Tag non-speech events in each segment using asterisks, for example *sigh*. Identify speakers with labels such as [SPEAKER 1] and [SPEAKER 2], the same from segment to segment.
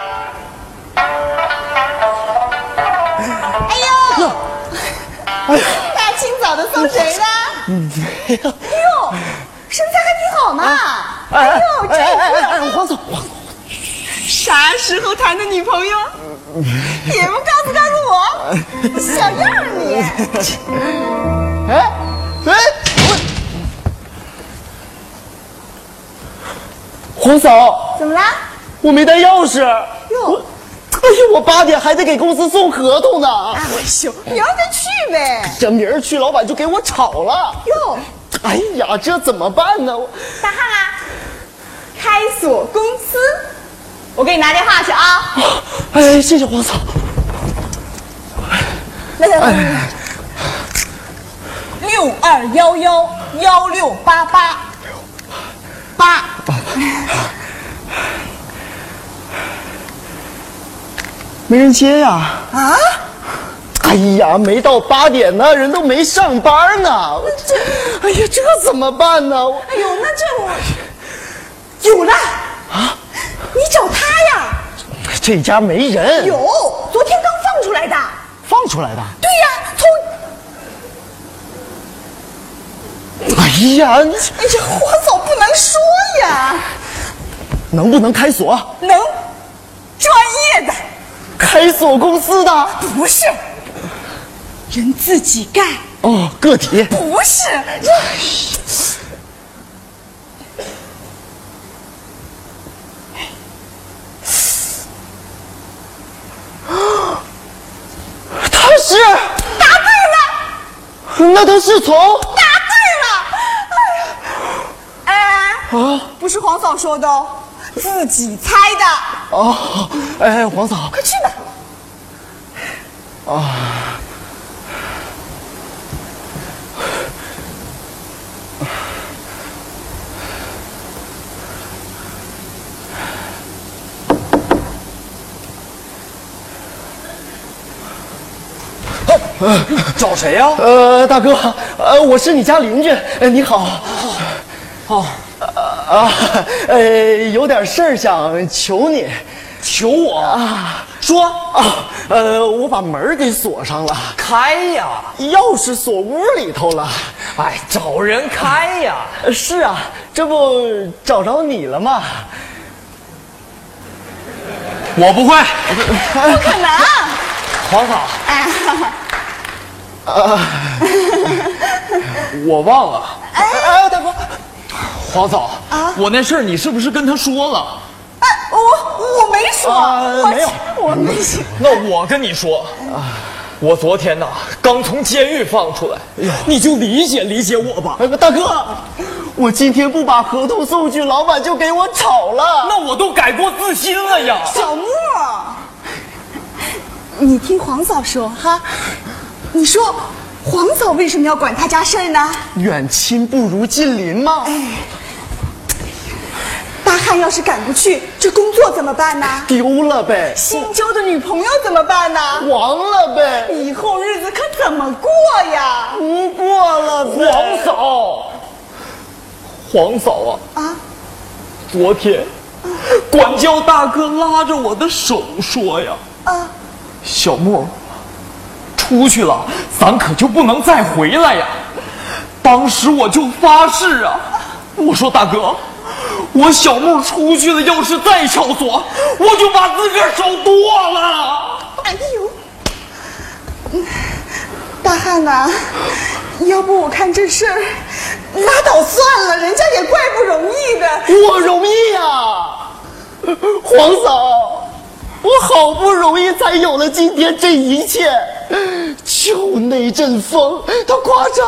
[SPEAKER 1] 哎
[SPEAKER 2] 哎
[SPEAKER 1] 大清早的送谁呢？哎呦，身材还挺好呢。哎呦，这
[SPEAKER 2] 啊哎哎，黄总，黄总，
[SPEAKER 1] 啥时候谈的女朋友？也不告诉告诉我，小样儿你！
[SPEAKER 2] 哎哎，我黄嫂，
[SPEAKER 1] 怎么啦？
[SPEAKER 2] 我没带钥匙。
[SPEAKER 1] 哟
[SPEAKER 2] 我，哎呦，我八点还得给公司送合同呢。
[SPEAKER 1] 哎呦，明儿再去呗。
[SPEAKER 2] 这明儿去，老板就给我炒了。
[SPEAKER 1] 哟，
[SPEAKER 2] 哎呀，这怎么办呢？我
[SPEAKER 1] 大汉啦，开锁公司，我给你拿电话去啊。
[SPEAKER 2] 哎，谢谢黄嫂。
[SPEAKER 1] 来
[SPEAKER 2] 哎
[SPEAKER 1] 来来，六二幺幺幺六八八八。
[SPEAKER 2] 没人接呀？
[SPEAKER 1] 啊？
[SPEAKER 2] 哎呀，没到八点呢，人都没上班呢。我这，哎呀，这怎么办呢？我
[SPEAKER 1] 哎呦，那这我有了啊！你找他呀？
[SPEAKER 2] 这家没人。
[SPEAKER 1] 有，昨天刚放出来的。
[SPEAKER 2] 放出来的。
[SPEAKER 1] 对呀，从
[SPEAKER 2] 哎呀，你
[SPEAKER 1] 哎呀，我早不能说呀，
[SPEAKER 2] 能不能开锁？
[SPEAKER 1] 能专业的
[SPEAKER 2] 开锁公司的？
[SPEAKER 1] 不是人自己盖，
[SPEAKER 2] 哦，个体。
[SPEAKER 1] 不是。
[SPEAKER 2] 他是答对了。那他是从
[SPEAKER 1] 答对了！哎呀，哎，不是黄嫂说的哦，自己猜的。
[SPEAKER 2] 哦，哎，黄嫂，
[SPEAKER 1] 快去吧。
[SPEAKER 3] 找谁呀、
[SPEAKER 2] 呃，大哥，呃，我是你家邻居，呃，你好。
[SPEAKER 3] 哦，
[SPEAKER 2] 啊，呃，有点事儿想求你
[SPEAKER 3] 求我
[SPEAKER 2] 啊
[SPEAKER 3] 说
[SPEAKER 2] 啊，呃，我把门儿给锁上了，
[SPEAKER 3] 开呀！
[SPEAKER 2] 钥匙锁屋里头了。
[SPEAKER 3] 哎，找人开呀！
[SPEAKER 2] 呃是啊，这不找着你了吗？
[SPEAKER 3] 我不会，
[SPEAKER 1] 不可能！
[SPEAKER 3] 黄嫂，
[SPEAKER 1] 哎，
[SPEAKER 3] 我忘了。
[SPEAKER 2] 哎，大哥，
[SPEAKER 3] 黄嫂啊，我那事儿你是不是跟他说了？
[SPEAKER 1] 哎，我我没说，
[SPEAKER 2] 啊
[SPEAKER 1] 我
[SPEAKER 2] 没有
[SPEAKER 1] 我没说。
[SPEAKER 3] 那我跟你说，我昨天呐刚从监狱放出来，你就理解理解我吧。
[SPEAKER 2] 哎大哥，我今天不把合同送去，老板就给我炒了。
[SPEAKER 3] 那我都改过自新了呀。
[SPEAKER 1] 小莫，你听黄嫂说哈，你说黄嫂为什么要管他家事儿呢？
[SPEAKER 2] 远亲不如近邻嘛。
[SPEAKER 1] 哎大汉要是赶不去，这工作怎么办呢？
[SPEAKER 2] 丢了呗，
[SPEAKER 1] 新交的女朋友怎么办呢？
[SPEAKER 2] 黄了呗，
[SPEAKER 1] 以后日子可怎么过呀？
[SPEAKER 2] 不过了呗。
[SPEAKER 3] 黄嫂，黄嫂啊，
[SPEAKER 1] 啊，
[SPEAKER 3] 昨天管教大哥拉着我的手说呀。
[SPEAKER 1] 啊，
[SPEAKER 3] 小莫，出去了，咱可就不能再回来呀！当时我就发誓啊，我说大哥，我小莫出去了，要是再撬锁，我就把自个儿手剁了。
[SPEAKER 1] 哎呦，大汉呐、要不我看这事儿拉倒算了，人家也怪不容易的。
[SPEAKER 2] 我容易呀、黄嫂，我好不容易才有了今天这一切，就那阵风，它咔嚓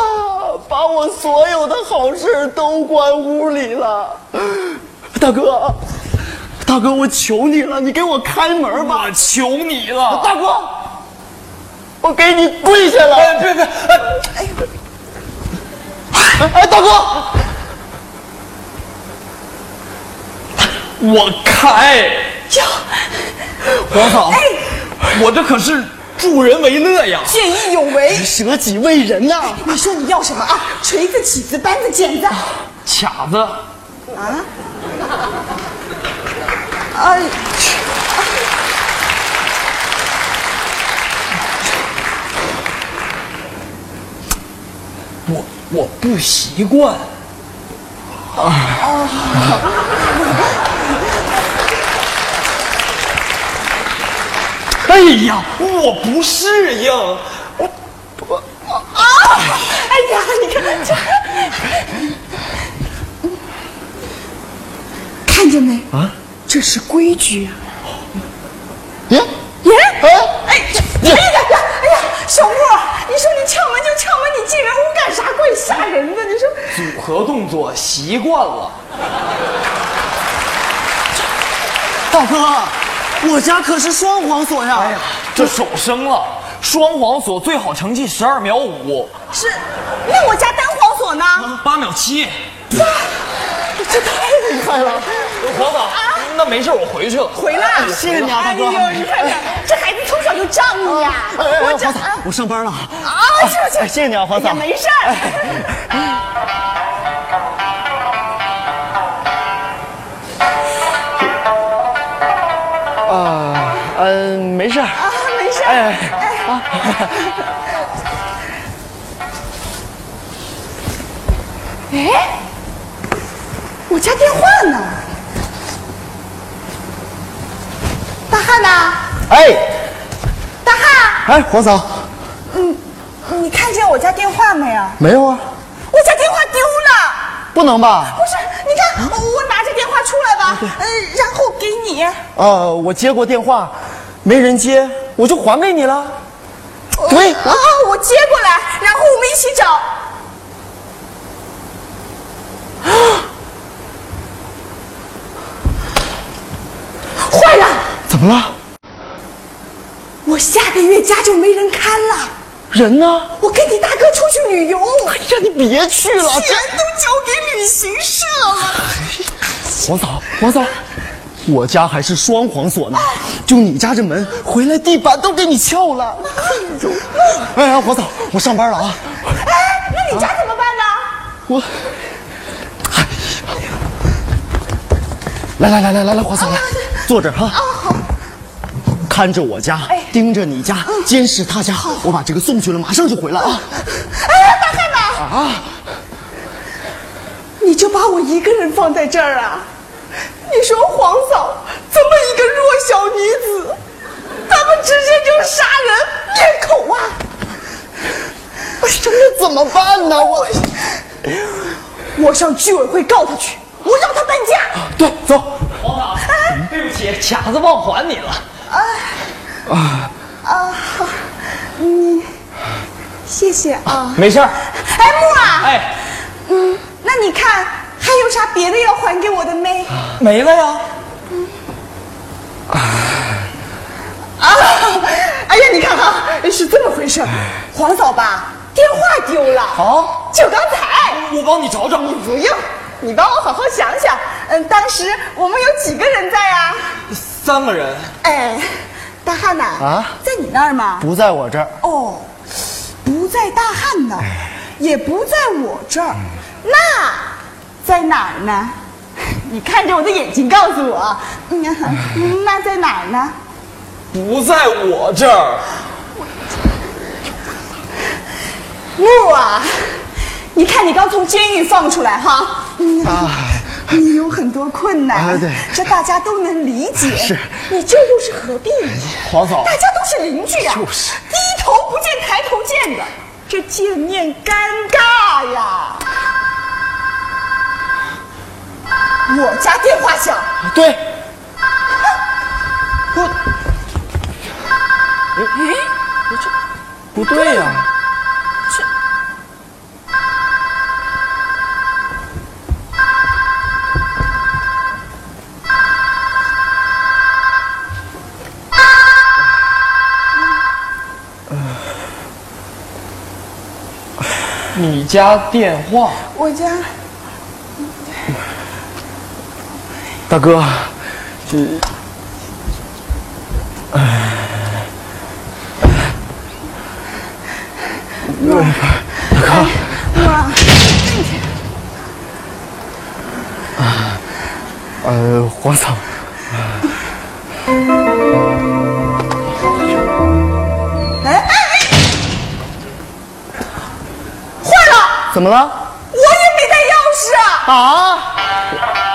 [SPEAKER 2] 把我所有的好事儿都关屋里了。大哥，大哥，我求你了，你给我开门吧，
[SPEAKER 3] 我求你了，
[SPEAKER 2] 大哥，我给你跪下了。
[SPEAKER 3] 哎，别别，哎
[SPEAKER 2] 哎，大哥，
[SPEAKER 3] 我开，
[SPEAKER 1] 哟，
[SPEAKER 3] 黄嫂
[SPEAKER 1] 哎，
[SPEAKER 3] 我这可是助人为乐呀！
[SPEAKER 1] 见义勇为。
[SPEAKER 2] 舍己为人呐、
[SPEAKER 1] 你说你要什么啊？锤子、起子、扳子、剪子
[SPEAKER 3] 卡子，
[SPEAKER 1] 啊？哎，
[SPEAKER 3] 我不习惯。
[SPEAKER 2] 啊
[SPEAKER 3] 哎呀，我不适应，
[SPEAKER 1] 哎呀，你看这，看见没啊？这是规矩啊！
[SPEAKER 2] 耶
[SPEAKER 1] 耶，
[SPEAKER 2] 哎，
[SPEAKER 1] 哎，这哎呀呀，哎呀，小莫，你说你敲门就敲门，你进人屋干啥？怪吓人的，你说。
[SPEAKER 3] 组合动作习惯了。
[SPEAKER 2] 大哥，我家可是双簧锁呀！
[SPEAKER 3] 哎呀，这手生了，双簧锁最好成绩十二秒五，
[SPEAKER 1] 是，那我家单簧锁呢？
[SPEAKER 3] 八秒七。
[SPEAKER 1] 这太厉害了！
[SPEAKER 3] 黄总，那没事，我回去了。
[SPEAKER 1] 啊回来，
[SPEAKER 2] 谢谢你啊大哥
[SPEAKER 1] 哎呦，你看看，这孩子从小就仗义呀！
[SPEAKER 2] 哎哎哎，
[SPEAKER 1] 我这
[SPEAKER 2] 黄嫂，我上班了。
[SPEAKER 1] 啊，是
[SPEAKER 2] 哎
[SPEAKER 1] 是，
[SPEAKER 2] 谢谢你啊黄嫂
[SPEAKER 1] 哎呀没事儿。
[SPEAKER 2] 嗯，没事儿。
[SPEAKER 1] 啊，没事。哎，哎，我家电话呢？大汉呐，
[SPEAKER 2] 哎，
[SPEAKER 1] 大汉，嗯
[SPEAKER 2] 哎，黄嫂，
[SPEAKER 1] 你看见我家电话没有？
[SPEAKER 2] 没有啊？
[SPEAKER 1] 我家电话丢了。
[SPEAKER 2] 不能吧？
[SPEAKER 1] 不是，你看，我拿着电话出来吧，呃，然后给你。
[SPEAKER 2] 呃，我接过电话，没人接，我就还给你了。对，
[SPEAKER 1] 啊，我接过来，然后我们一起找。 *gasps* 坏了，
[SPEAKER 2] 怎么了？
[SPEAKER 1] 我下个月家就没人看了。
[SPEAKER 2] 人呢？
[SPEAKER 1] 我跟你大哥出去旅游，
[SPEAKER 2] 呀，你别去啊了
[SPEAKER 1] 钱都交给旅行社了。
[SPEAKER 2] 黄嫂，黄嫂，我家还是双簧锁呢，就你家这门，回来地板都给你撬了。哎呀，黄嫂，我上班了啊，
[SPEAKER 1] 哎，那你家怎么办呢？
[SPEAKER 2] 我，哎呀，来来来来来来，黄嫂来，坐这儿哈。啊看着我家，盯着你家，监视他家。我把这个送去了，马上就回来啊。
[SPEAKER 1] 你就把我一个人放在这儿啊？你说黄嫂这么一个弱小女子，他们直接就杀人灭口啊！我真的
[SPEAKER 2] 怎么办呢？我，
[SPEAKER 1] 我上居委会告他去，我让他搬家。
[SPEAKER 2] 对，走。
[SPEAKER 3] 黄总，对不起，卡子忘还你了。
[SPEAKER 1] 谢谢啊。
[SPEAKER 3] 没事儿。
[SPEAKER 1] 哎，木啊，
[SPEAKER 3] 哎，
[SPEAKER 1] 嗯，那你看还有啥别的要还给我的没？
[SPEAKER 2] 啊
[SPEAKER 3] 没了呀。
[SPEAKER 1] 啊哎呀，你看啊，是这么回事儿，黄嫂吧，电话丢了，
[SPEAKER 3] 啊，
[SPEAKER 1] 就刚才。
[SPEAKER 3] 我帮你找找。
[SPEAKER 1] 不用，你帮我好好想想。嗯，当时我们有几个人在啊？
[SPEAKER 3] 三个人，
[SPEAKER 1] 哎，大汉呐，
[SPEAKER 2] 啊
[SPEAKER 1] 在你那儿吗？
[SPEAKER 2] 不哎在我这儿，
[SPEAKER 1] 哦，不在大汉那儿，也不在我这
[SPEAKER 2] 嗯
[SPEAKER 1] 儿，那在哪儿呢？ *laughs* 你看着我的眼睛告诉我，嗯，那在哪儿呢？
[SPEAKER 3] 不在我这儿。
[SPEAKER 1] 木啊，你看你刚从监狱放出来哈，嗯，
[SPEAKER 2] 哎
[SPEAKER 1] 你有很多困难，
[SPEAKER 2] 啊对
[SPEAKER 1] 这大家都能理解。
[SPEAKER 2] 是，
[SPEAKER 1] 你这又是何必呢？
[SPEAKER 3] 黄嫂
[SPEAKER 1] 大家都是邻居呀、
[SPEAKER 2] 就是
[SPEAKER 1] 低头不见抬头见的，这见面尴尬呀。我家电话响，
[SPEAKER 2] 对，
[SPEAKER 3] 哎不对呀、哎这。你家电话，
[SPEAKER 1] 我家
[SPEAKER 2] 大哥，哎哎
[SPEAKER 1] 哇，
[SPEAKER 2] 啊呃，黄嫂，
[SPEAKER 1] 哎哎哎，坏了！
[SPEAKER 2] 怎么了？
[SPEAKER 1] 我也没带钥匙啊。
[SPEAKER 2] 啊！